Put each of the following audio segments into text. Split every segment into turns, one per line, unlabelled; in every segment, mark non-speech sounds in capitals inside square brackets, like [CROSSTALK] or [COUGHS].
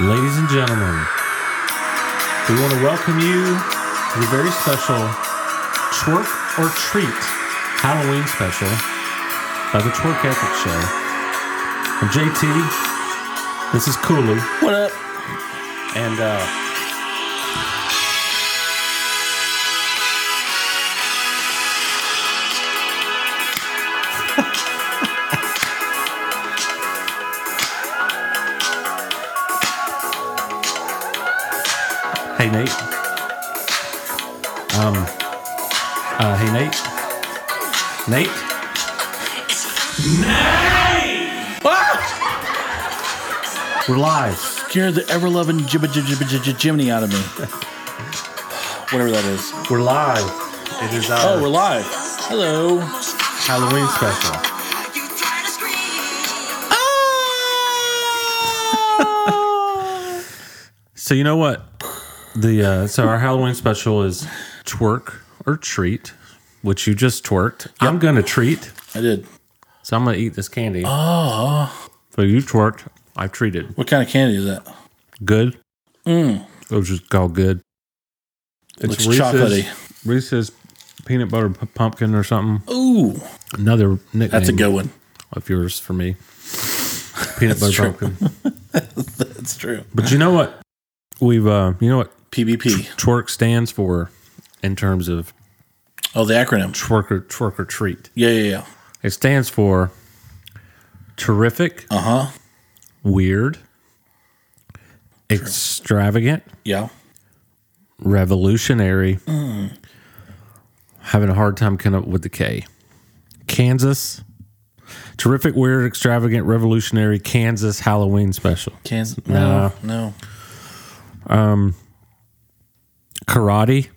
Ladies and gentlemen, we want to welcome you to the very special Twerk or Treat Halloween special by the Twerk Ethics Show. I'm JT. This is Cooley. What up? And uh, hey Nate. Um. Uh, hey Nate. Nate.
Ah!
We're live.
Scared the ever loving jibba jibba jibba jibba Jiminy out of me. Whatever that is.
We're live. It is our
Oh, we're live. Hello. [LAUGHS]
Halloween special. so you know what? The uh, so our Halloween special is twerk or treat, which you just twerked. I'm gonna treat,
I did.
so I'm gonna eat this candy. Oh. So you twerked. I treated.
What kind of candy is that?
Good. Mm. It was just called good.
Looks chocolatey.
Reese's peanut butter p- pumpkin or something.
Ooh,
Another nickname.
that's a good one.
of yours for [LAUGHS] me. Peanut butter
true.
pumpkin.
[LAUGHS] That's true.
But you know what? We've uh, you know what
PvP.
twerk stands for in terms of
Oh, the acronym.
twerk or twerk or treat.
Yeah, yeah, yeah.
It stands for terrific,
Uh huh.
weird, extravagant,
Yeah.
revolutionary. Having a hard time coming up with the K. Kansas. Terrific, weird, extravagant, revolutionary Kansas Halloween special.
Kansas. No, no.
Karate.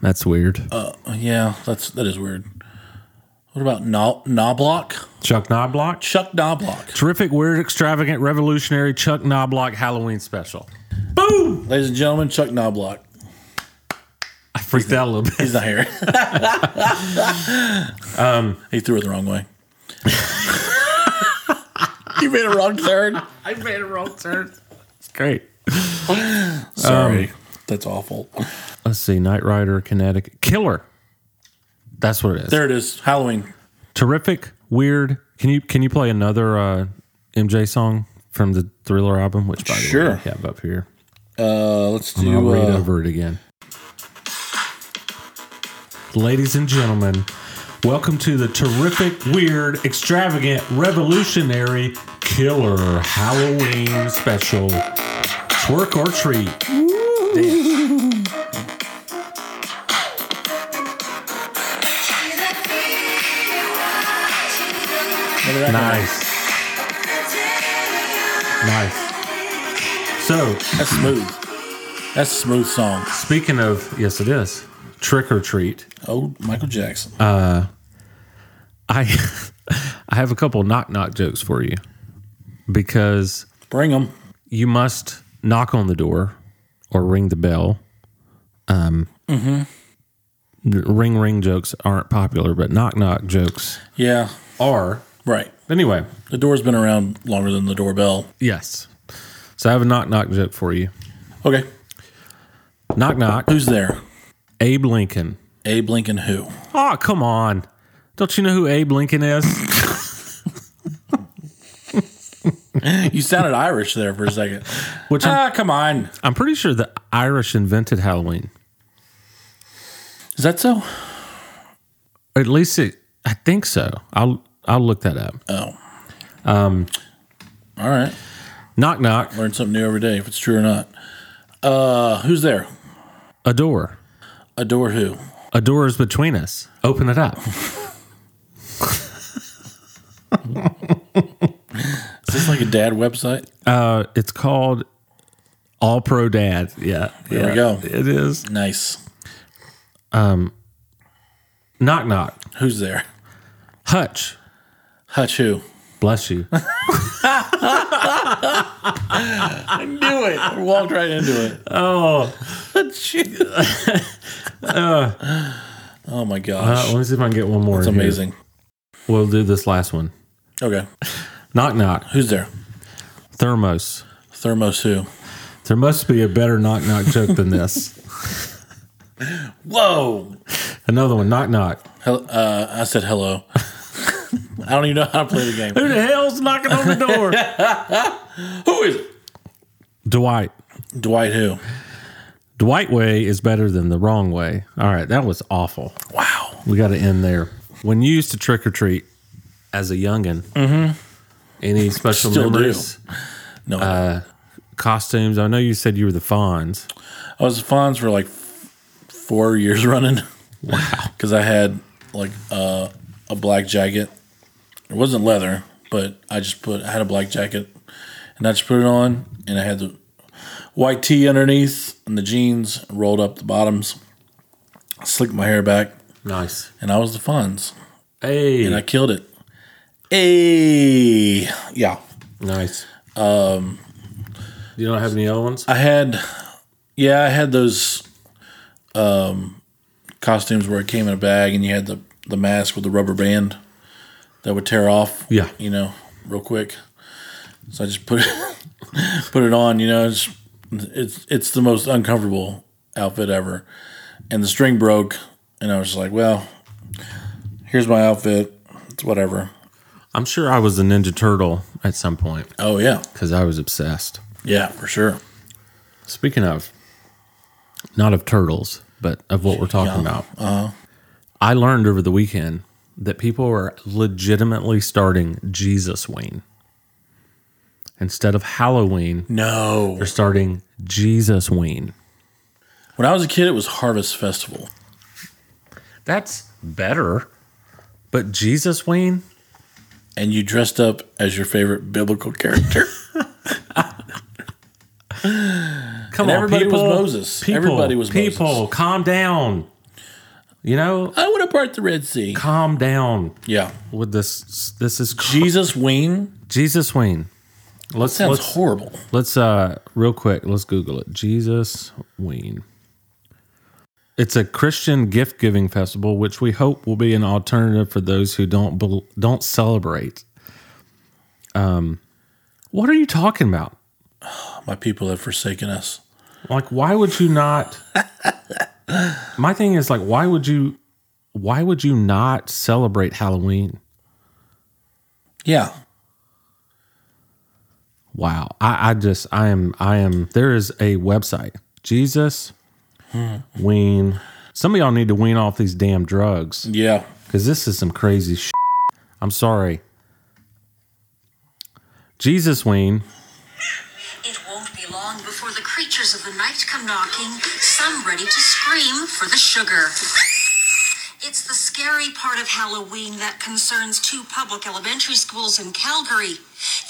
That's weird.
Yeah, that's that is weird. What about no- Knobloch?
Chuck Knobloch.
Chuck Knobloch.
Terrific, weird, extravagant, revolutionary Chuck Knobloch Halloween special.
Ladies and gentlemen, Chuck Knobloch.
I freaked out a little bit. [LAUGHS]
He's not [LAUGHS] here. Um, he threw it the wrong way. you made a wrong turn.
I made a wrong turn. It's great. Um,
Sorry, that's awful.
Let's see. Knight Rider, Connecticut. Killer. That's what it is.
There it is. Halloween.
Terrific, weird. Can you can you play another uh, MJ song from the Thriller album? Which by the
Sure.
way, I have up here.
Uh, let's
I'll
do.
read
Uh,
over it again. Ladies and gentlemen, welcome to the terrific, weird, extravagant, revolutionary, killer Halloween special. Twerk or treat.
what did I-
Nice. Nice. So,
That's smooth. That's a smooth song.
speaking of, yes, it is trick or treat.
Oh, Michael Jackson.
Uh. I [LAUGHS] I have a couple knock knock jokes for you because
Bring him.
you must knock on the door or ring the bell. Um, the Ring ring jokes aren't popular, but knock knock jokes
Yeah.
are.
Right.
Anyway,
The door's been around longer than the doorbell.
yes. So I have a knock knock joke for you.
Okay.
Knock knock.
Who's there?
Abe Lincoln.
Abe Lincoln. Who?
Oh, come on. Don't you know who Abe Lincoln is?
You sounded Irish there for
[LAUGHS]
a second.
Which I'm,
Ah, come on.
I'm pretty sure the Irish invented Halloween.
Is that so?
Or at least it, I think so. I'll I'll look that up.
All right.
Knock knock.
Learn something new every day if it's true or not. Uh, who's there?
A door.
Adore who?
A door is between us. Open it up.
Is this like a dad website?
Uh, it's called All Pro Dad. Yeah,
There we
yeah,
go.
It is
Nice.
knock knock.
Who's there?
Hutch,
Hutch who?
bless you.
I knew it. I walked right into it.
[LAUGHS] Oh,
[LAUGHS] oh my
uh,
gosh.
let me see if I can get one more.
It's
in here.
amazing.
We'll do this last one.
Okay.
Knock knock.
Who's there?
Thermos.
Thermos who?
There must be a better knock knock joke than [LAUGHS] this.
Whoa.
Another one. Knock knock.
Hel- uh, I said hello. [LAUGHS] I don't even know how to play the game.
Who the hell's knocking on the door?
Who is it?
[LAUGHS] Dwight.
Dwight who?
Dwight way is better than the wrong way. All right, that was awful.
Wow.
We got to end there. When you used to trick or treat as a youngin, any special
Mm-hmm. Still do.
memories,
No.
costumes? I know you said you were the Fonz.
I was Fonz for like f- four years [LAUGHS] running. Wow. Because I had like uh, a black jacket. It wasn't leather, but I just put, I had a black jacket and I just put it on and I had the white tee underneath and the jeans rolled up the bottoms. I slicked my hair back
Nice.
and I was the Fonz
Hey,
and I killed it. Hey. Yeah.
nice. Um, you don't have any other ones?
I had, yeah, I had those um, costumes where it came in a bag, and you had the the mask with the rubber band that would tear off.
Yeah.
you know, real quick. So I just put it, [LAUGHS] put it on. You know, it's, it's it's the most uncomfortable outfit ever, and the string broke, and I was just like, well, here's my outfit. It's whatever.
I'm sure I was a Ninja Turtle at some point
Oh yeah,
because I was obsessed.
yeah, for sure.
Speaking of, not of turtles, but of what we're talking about,
Uh-huh.
I learned over the weekend that people are legitimately starting Jesus Ween. Instead of Halloween,
No,
they're starting Jesus Ween.
when I was a kid, it was Harvest Festival.
That's better. But Jesus Ween?
and you dressed up as your favorite
[LAUGHS]
biblical character.
Come
And
on,
everybody was
people.
Moses.
People,
Everybody was
people.
Moses.
Calm down. You know,
I would have part the Red Sea.
calm down
Yeah.
with this. This is cr-
Jesus Ween
Jesus Ween. Let's
sounds
let's
horrible.
Let's uh real quick, let's Google it. Jesus Ween. It's a Christian gift giving festival, which we hope will be an alternative for those who don't bel don't celebrate. Um, what are you talking about?
My people have forsaken us.
Like, why would you not? [LAUGHS] My thing is like, why would you? Why would you not celebrate Halloween?
Yeah.
Wow, I, I just I am I am. There is a website, Jesus Wean. Some of y'all need to wean off these damn drugs
Yeah.
because this is some crazy. Shit. I'm sorry. Jesus Wean.
It won't be long before the creatures of the night come knocking, some ready to scream for the sugar. It's the scary part of Halloween that concerns two public elementary schools in Calgary.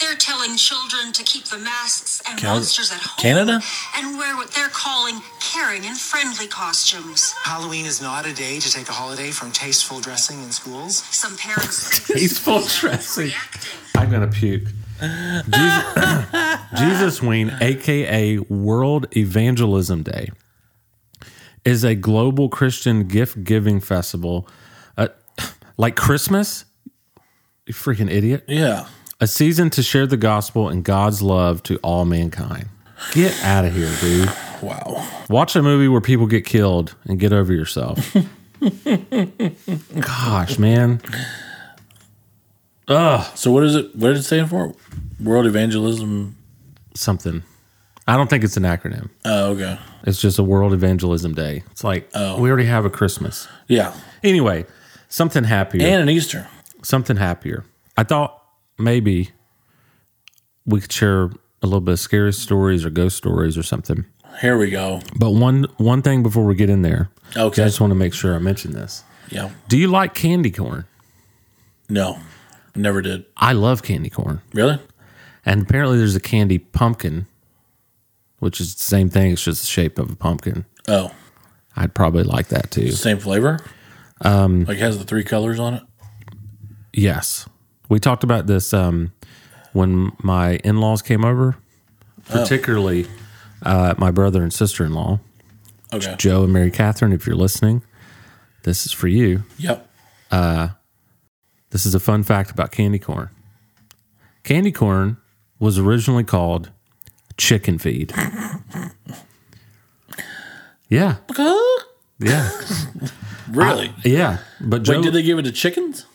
They're telling children to keep the masks and
Cal-
monsters at home
Canada?
and wear what they're calling caring and friendly costumes.
Halloween is not a day to take a holiday from tasteful dressing in schools.
Some parents
Tasteful dressing.
reacting.
I'm gonna puke. Jesus, [COUGHS] Jesus Ween, aka World Evangelism Day, is a global Christian gift giving festival, uh, [COUGHS] like Christmas. You freaking idiot!
Yeah.
A season to share the gospel and God's love to all mankind. Get out of here, dude.
Wow.
Watch a movie where people get killed and get over yourself. [LAUGHS] Gosh, man.
So what is it what did it stand for? World Evangelism.
Something. I don't think it's an acronym.
Oh, okay.
It's just a World Evangelism Day. It's like we already have a Christmas.
Yeah.
Anyway, something happier.
And an Easter.
something happier. I thought maybe we could share a little bit of scary stories or ghost stories or something.
Here we go.
But one one thing before we get in there, I
Okay.
just want to make sure I mention this.
Yeah.
Do you like candy corn?
No. Never did.
I love candy corn,
Really?
and apparently there's a candy pumpkin, which is the same thing. It's just the shape of a pumpkin.
Oh.
I'd probably like that too.
Same flavor? Um like it has the three colors on it?
Yes. We talked about this um when my in laws came over,
Oh.
particularly uh, my brother and sister in law,
Okay.
Joe and Mary Catherine. If you're listening, this is for you.
Yep.
This is a fun fact about candy corn. Candy corn was originally called chicken feed. Yeah, yeah,
Really?
yeah. But Joe,
Wait, did they give it to chickens?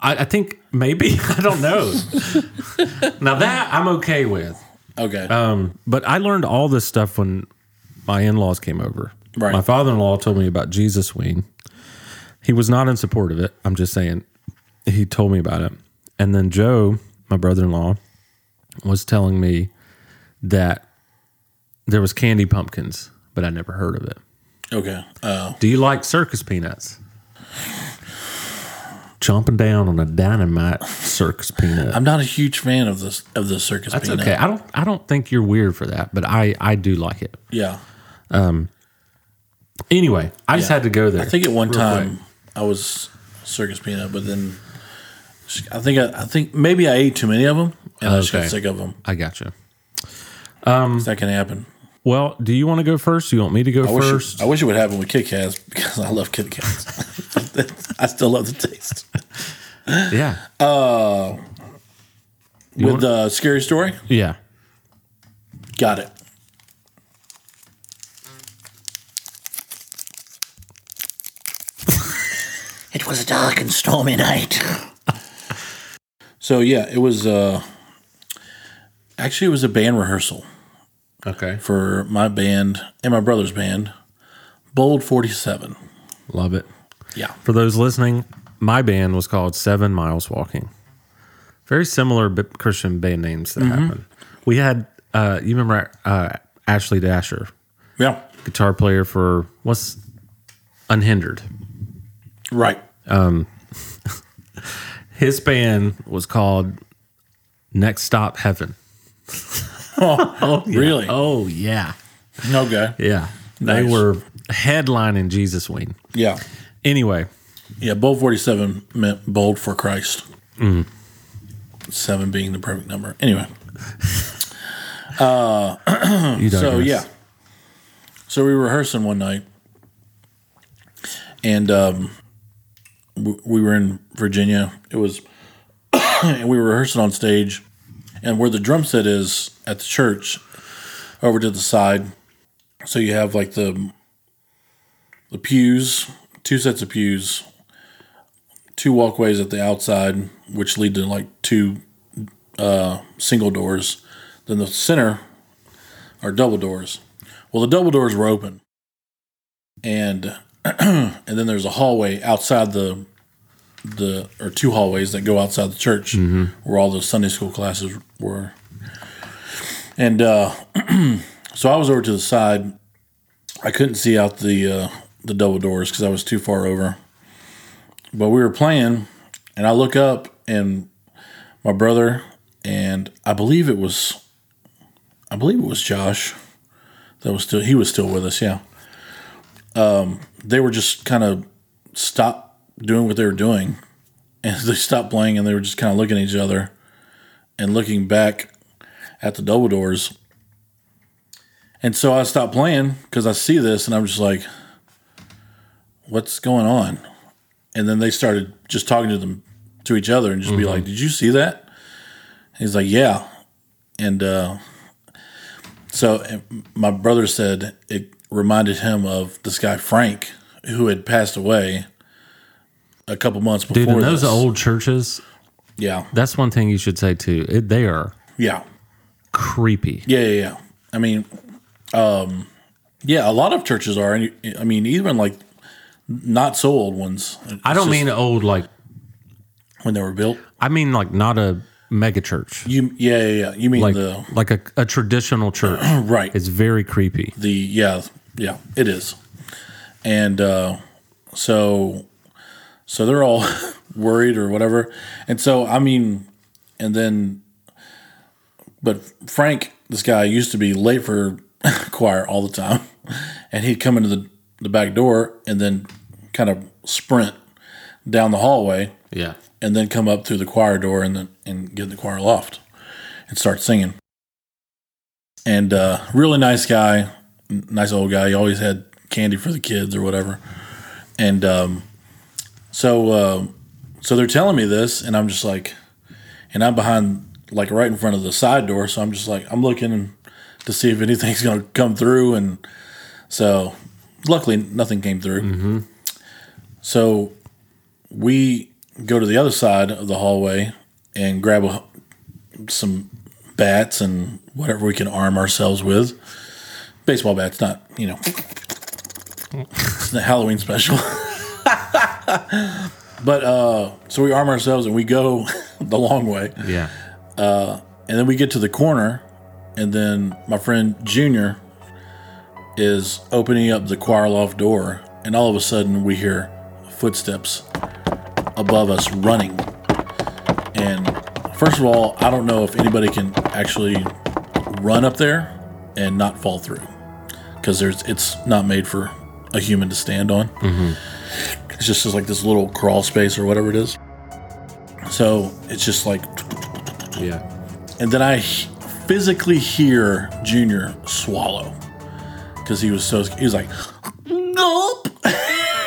I, I think maybe [LAUGHS] I don't know. now that I'm okay with,
Okay.
but I learned all this stuff when my in-laws came over.
Right.
My father-in-law told me about Jesus Ween. He was not in support of it. I'm just saying he told me about it. And then Joe, my brother-in-law, was telling me that there was candy pumpkins, but I never heard of it.
okay. Oh,
Do you like circus peanuts? Chomping down on a dynamite circus peanut.
I'm not a huge fan of this of the circus.
That's
peanut.
okay. I don't I don't think you're weird for that, but I I do like it.
Yeah.
Anyway, I just
Yeah.
had to go there.
I think at one
Real
time
quick.
I was circus peanut, but then I think I, I think maybe I ate too many of them and I just got
Okay.
sick of them.
I gotcha.
that can happen.
Well, do you want to go first? Do you want me to go
Hmm. I wish,
first?
It, I wish it would happen with Kit Kats [LAUGHS] because I love Kit Kats. [LAUGHS] I still love the taste.
yeah.
with the scary story,
yeah.
got it.
[LAUGHS] It was a dark and stormy night.
[LAUGHS] So yeah, it was uh, actually it was a band rehearsal
Okay.
for my band and my brother's band, Bold Forty Seven.
Love it.
Yeah,
For those listening, my band was called Seven Miles Walking. Very similar bi- Christian band names that
Mm-hmm.
happen. We had, uh, you remember uh, Ashley Dasher,
yeah,
guitar player for what's Unhindered.
[LAUGHS] right.
His band was called Next Stop Heaven.
Really?
Oh, yeah.
Okay.
Yeah. They
Nice.
were headlining Jesus Ween.
Yeah.
Anyway,
Yeah, bold 47 meant bold for Christ. Mm. Seven being the perfect number. Anyway,
you don't.
so yeah. So we were rehearsing one night, and um, w- we were in Virginia. It was, [COUGHS] and we were rehearsing on stage, and where the drum set is at the church, over to the side. So you have like the the pews, two sets of pews, two walkways at the outside, which lead to like two uh, single doors. Then the center are double doors. Well, the double doors were open, and [CLEARS THROAT] and then there's a hallway outside the the or two hallways that go outside the church where all the Sunday school classes were. And uh, [CLEARS THROAT] so I was over to the side. I couldn't see out the uh, the double doors because I was too far over. But we were playing, and I look up, and my brother and I believe it was I believe it was Josh that was still he was still with us, yeah. Um, they were just kind of stopped doing what they were doing and [LAUGHS] they stopped playing and they were just kind of looking at each other and looking back at the double doors. And so I stopped playing because I see this and I'm just like, what's going on? And then they started just talking to them to each other and just
Mm-hmm.
be like, did you see that? And he's like, yeah. And uh, so and my brother said it reminded him of this guy Frank who had passed away a couple months before.
Dude, in those
this.
old churches,
Yeah.
that's one thing you should say too. It, they are
Yeah.
creepy.
Yeah. Yeah. Yeah. I mean, um, yeah, a lot of churches are. And you- I mean, even like not so old ones.
I don't
It's just
mean old like
when they were built.
I mean like not a mega church.
You, yeah, yeah, yeah. You mean
Like
the
like a, a traditional church.
[CLEARS THROAT] right?
It's very creepy.
the yeah, yeah. It is, and uh, so so they're all [LAUGHS] worried or whatever. And so I mean, and then, but Frank, this guy used to be late for [LAUGHS] choir all the time, and he'd come into the the back door and then kind of sprint down the hallway
Yeah.
and then come up through the choir door and the, and get in the choir loft and start singing. And uh, really nice guy, n- nice old guy. He always had candy for the kids or whatever. And um, so uh, so they're telling me this, and I'm just like, and I'm behind like right in front of the side door, so I'm just like I'm looking to see if anything's [LAUGHS] gonna come through, and so luckily nothing came through. So we go to the other side of the hallway and grab a, some bats and whatever we can arm ourselves with. Baseball bats, not, you know, it's the Halloween special. [LAUGHS] but uh, so we arm ourselves and we go [LAUGHS] the long way.
Yeah.
And then we get to the corner, and then my friend Junior is opening up the choir loft door, and all of a sudden we hear footsteps above us running. And first of all, I don't know if anybody can actually run up there and not fall through, because there's it's not made for a human to stand on. It's just, just like this little crawl space or whatever it is. So it's just like
Yeah.
and then I h- physically hear Junior swallow because he was so he was like, nope. [LAUGHS]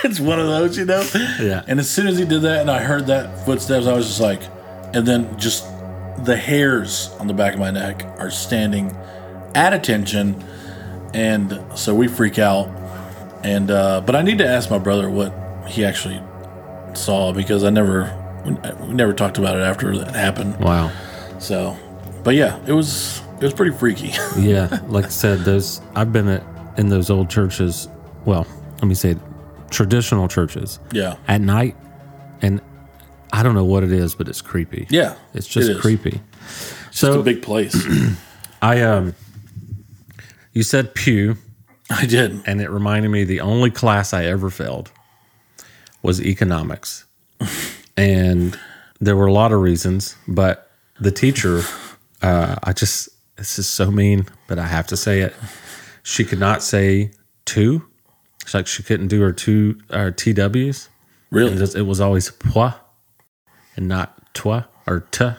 it's one of those, you know.
Yeah.
And as soon as he did that, and I heard that footsteps, I was just like, and then just the hairs on the back of my neck are standing at attention, and so we freak out. And uh, but I need to ask my brother what he actually saw because I never we- we never talked about it after that happened.
Wow.
So, but yeah, it was it was pretty freaky. [LAUGHS]
Yeah. Like I said, those I've been at, in those old churches. Well, let me say, traditional churches
yeah,
at night, and I don't know what it is, but it's creepy.
yeah,
It's just
it is.
creepy.
It's
so
a
[CLEARS THROAT]
big place.
I um, you said pew.
I did.
and it reminded me the only class I ever failed was economics. and there were a lot of reasons, but the teacher, uh, I just, this is so mean, but I have to say it. She could not say two. It's like she couldn't do her two or TWs. It
Really?
was, it was always poi and not toi or tuh.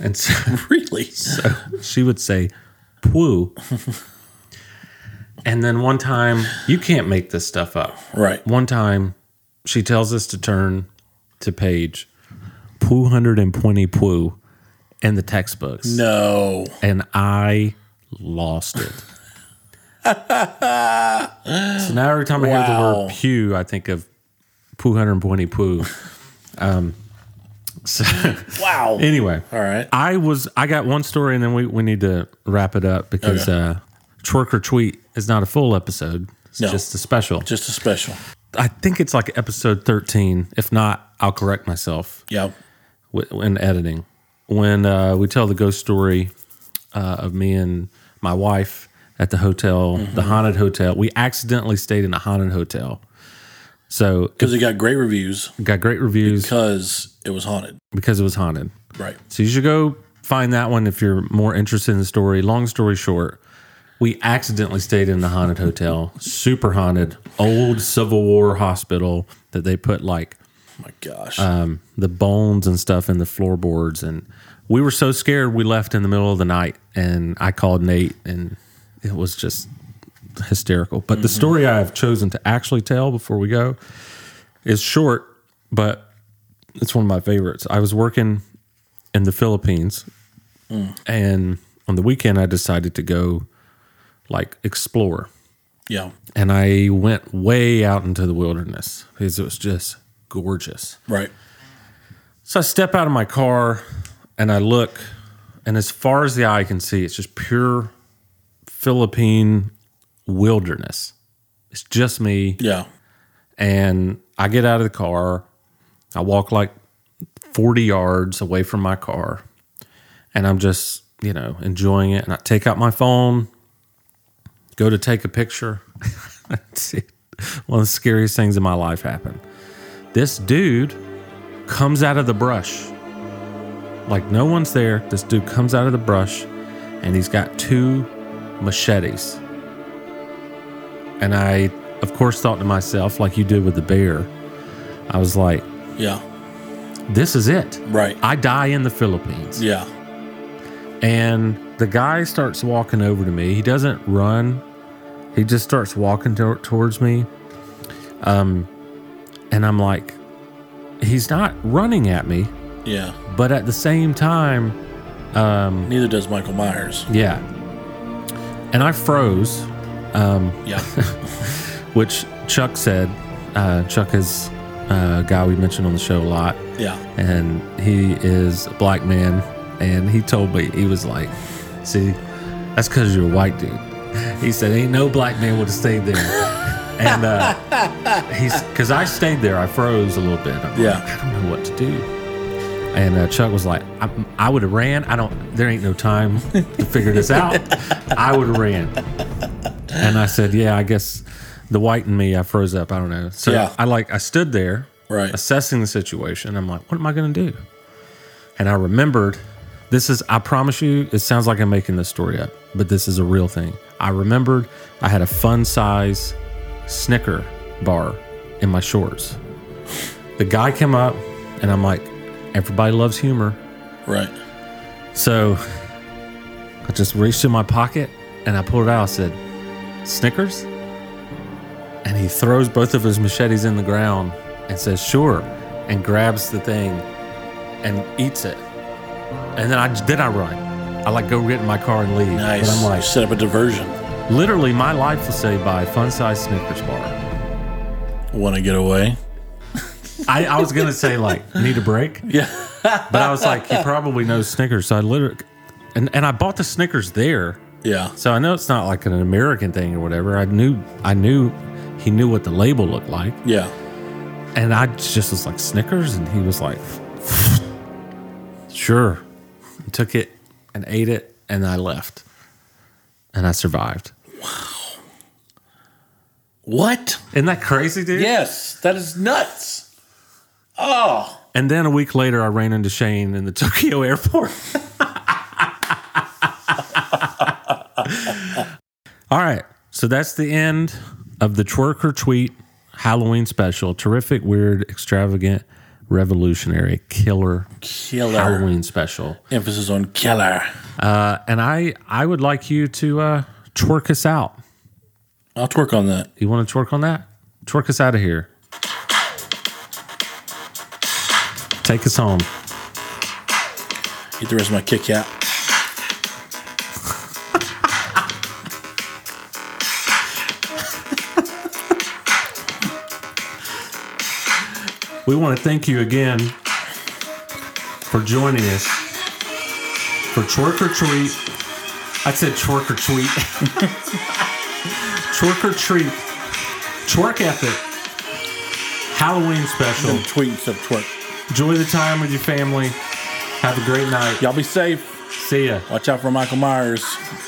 And so
[LAUGHS] Really?
[LAUGHS] she would say poo and then one time you can't make this stuff up
Right.
one time she tells us to turn to page poo 120 poo in the textbooks
No.
and i lost
[LAUGHS]
it so now every time i hear the
Wow.
word pew i think of poo 120 poo um, so
Wow.
Anyway,
All right.
I was I got one story, and then we, we need to wrap it up because
Okay.
uh, twerk or tweet is not a full episode. It's
No.
just a special.
just a special.
I think it's like episode thirteen. If not, I'll correct myself
Yeah.
wi- in editing. When uh, we tell the ghost story uh, of me and my wife at the hotel,
Mm-hmm.
the haunted hotel, we accidentally stayed in a haunted hotel. So it
Because it got great reviews
got great reviews
because it was haunted.
because it was haunted.
Right.
So you should go find that one if you're more interested in the story. Long story short, we accidentally stayed in a haunted hotel, super haunted, old Civil War hospital that they put like
My gosh.
um, the bones and stuff in the floorboards. And we were so scared we left in the middle of the night. And I called Nate, and it was just hysterical. But the story I have chosen to actually tell before we go is short, but it's one of my favorites. I was working in the Philippines, and on the weekend, I decided to go like explore
yeah.
and I went way out into the wilderness because it was just gorgeous.
Right.
So I step out of my car and I look, and as far as the eye can see, it's just pure Philippine wilderness. It's just me.
Yeah.
And I get out of the car. I walk like 40 yards away from my car and I'm just, you know, enjoying it. And I take out my phone, go to take a picture. [LAUGHS] One of the scariest things in my life happened. This dude comes out of the brush. Like no one's there. This dude comes out of the brush and he's got two machetes. And I, of course, thought to myself, like you did with the bear, I was like,
Yeah.
this is it.
Right.
I die in the Philippines.
Yeah.
And the guy starts walking over to me. He doesn't run. He just starts walking to- towards me. Um, and I'm like, he's not running at me,
Yeah.
but at the same time,
Neither does Michael Myers.
yeah. And I froze, [LAUGHS]
Yeah.
which Chuck said. Uh, Chuck is uh, a guy we mentioned on the show a lot.
yeah.
and he is a black man and he told me he was like see that's because you're a white dude [LAUGHS] he said ain't no black man would have stayed there
[LAUGHS]
and uh, he's because i stayed there i froze a little bit I'm like,
Yeah.
i don't know what to do and uh, chuck was like i, I would have ran i don't there ain't no time to figure this out i would have ran and i said yeah i guess the white in me i froze up i don't know so
Yeah.
i like i stood there
Right.
assessing the situation. I'm like, what am I going to do? And I remembered this is, I promise you, it sounds like I'm making this story up, but this is a real thing. I remembered I had a fun size Snicker bar in my shorts. The guy came up and I'm like, everybody loves humor.
Right.
So I just reached in my pocket and I pulled it out. I said, Snickers? And he throws both of his machetes in the ground and says, Sure, and grabs the thing and eats it. And then I then I run. I like go get in my car and leave.
Nice.
But I'm like,
set up a diversion.
literally, my life was saved by a fun size Snickers bar.
Want to get away?
I, I was gonna say like, [LAUGHS] need a break,
Yeah.
but I was like, he probably knows Snickers. So I literally, and and I bought the Snickers there.
Yeah.
So I know it's not like an American thing or whatever. I knew I knew he knew what the label looked like,
Yeah.
and I just was like Snickers, and he was like, [LAUGHS] "Sure," and took it and ate it, and I left, and I survived.
What?
Isn't that crazy, dude?
Yes. That is nuts. Oh.
And then a week later, I ran into Shane in the [LAUGHS] Tokyo airport. All right. So that's the end of the Twerk or Tweet Halloween special. Terrific, weird, extravagant, revolutionary, killer
Killer.
Halloween special.
Emphasis on killer.
Uh, and I, I would like you to uh, twerk us out.
I'll twerk on that.
You want to twerk on that? Twerk us out of here. Take us home.
Eat the rest of my Kit Kat.
We want to thank you again for joining us for Twerk or Treat. I said Twerk or Tweet. [LAUGHS] twerk or Treat. Twerk Ethic. Halloween special.
Don't tweet and stuff twerk.
Enjoy the time with your family. Have a great night.
Y'all be safe.
See ya.
Watch out for Michael Myers.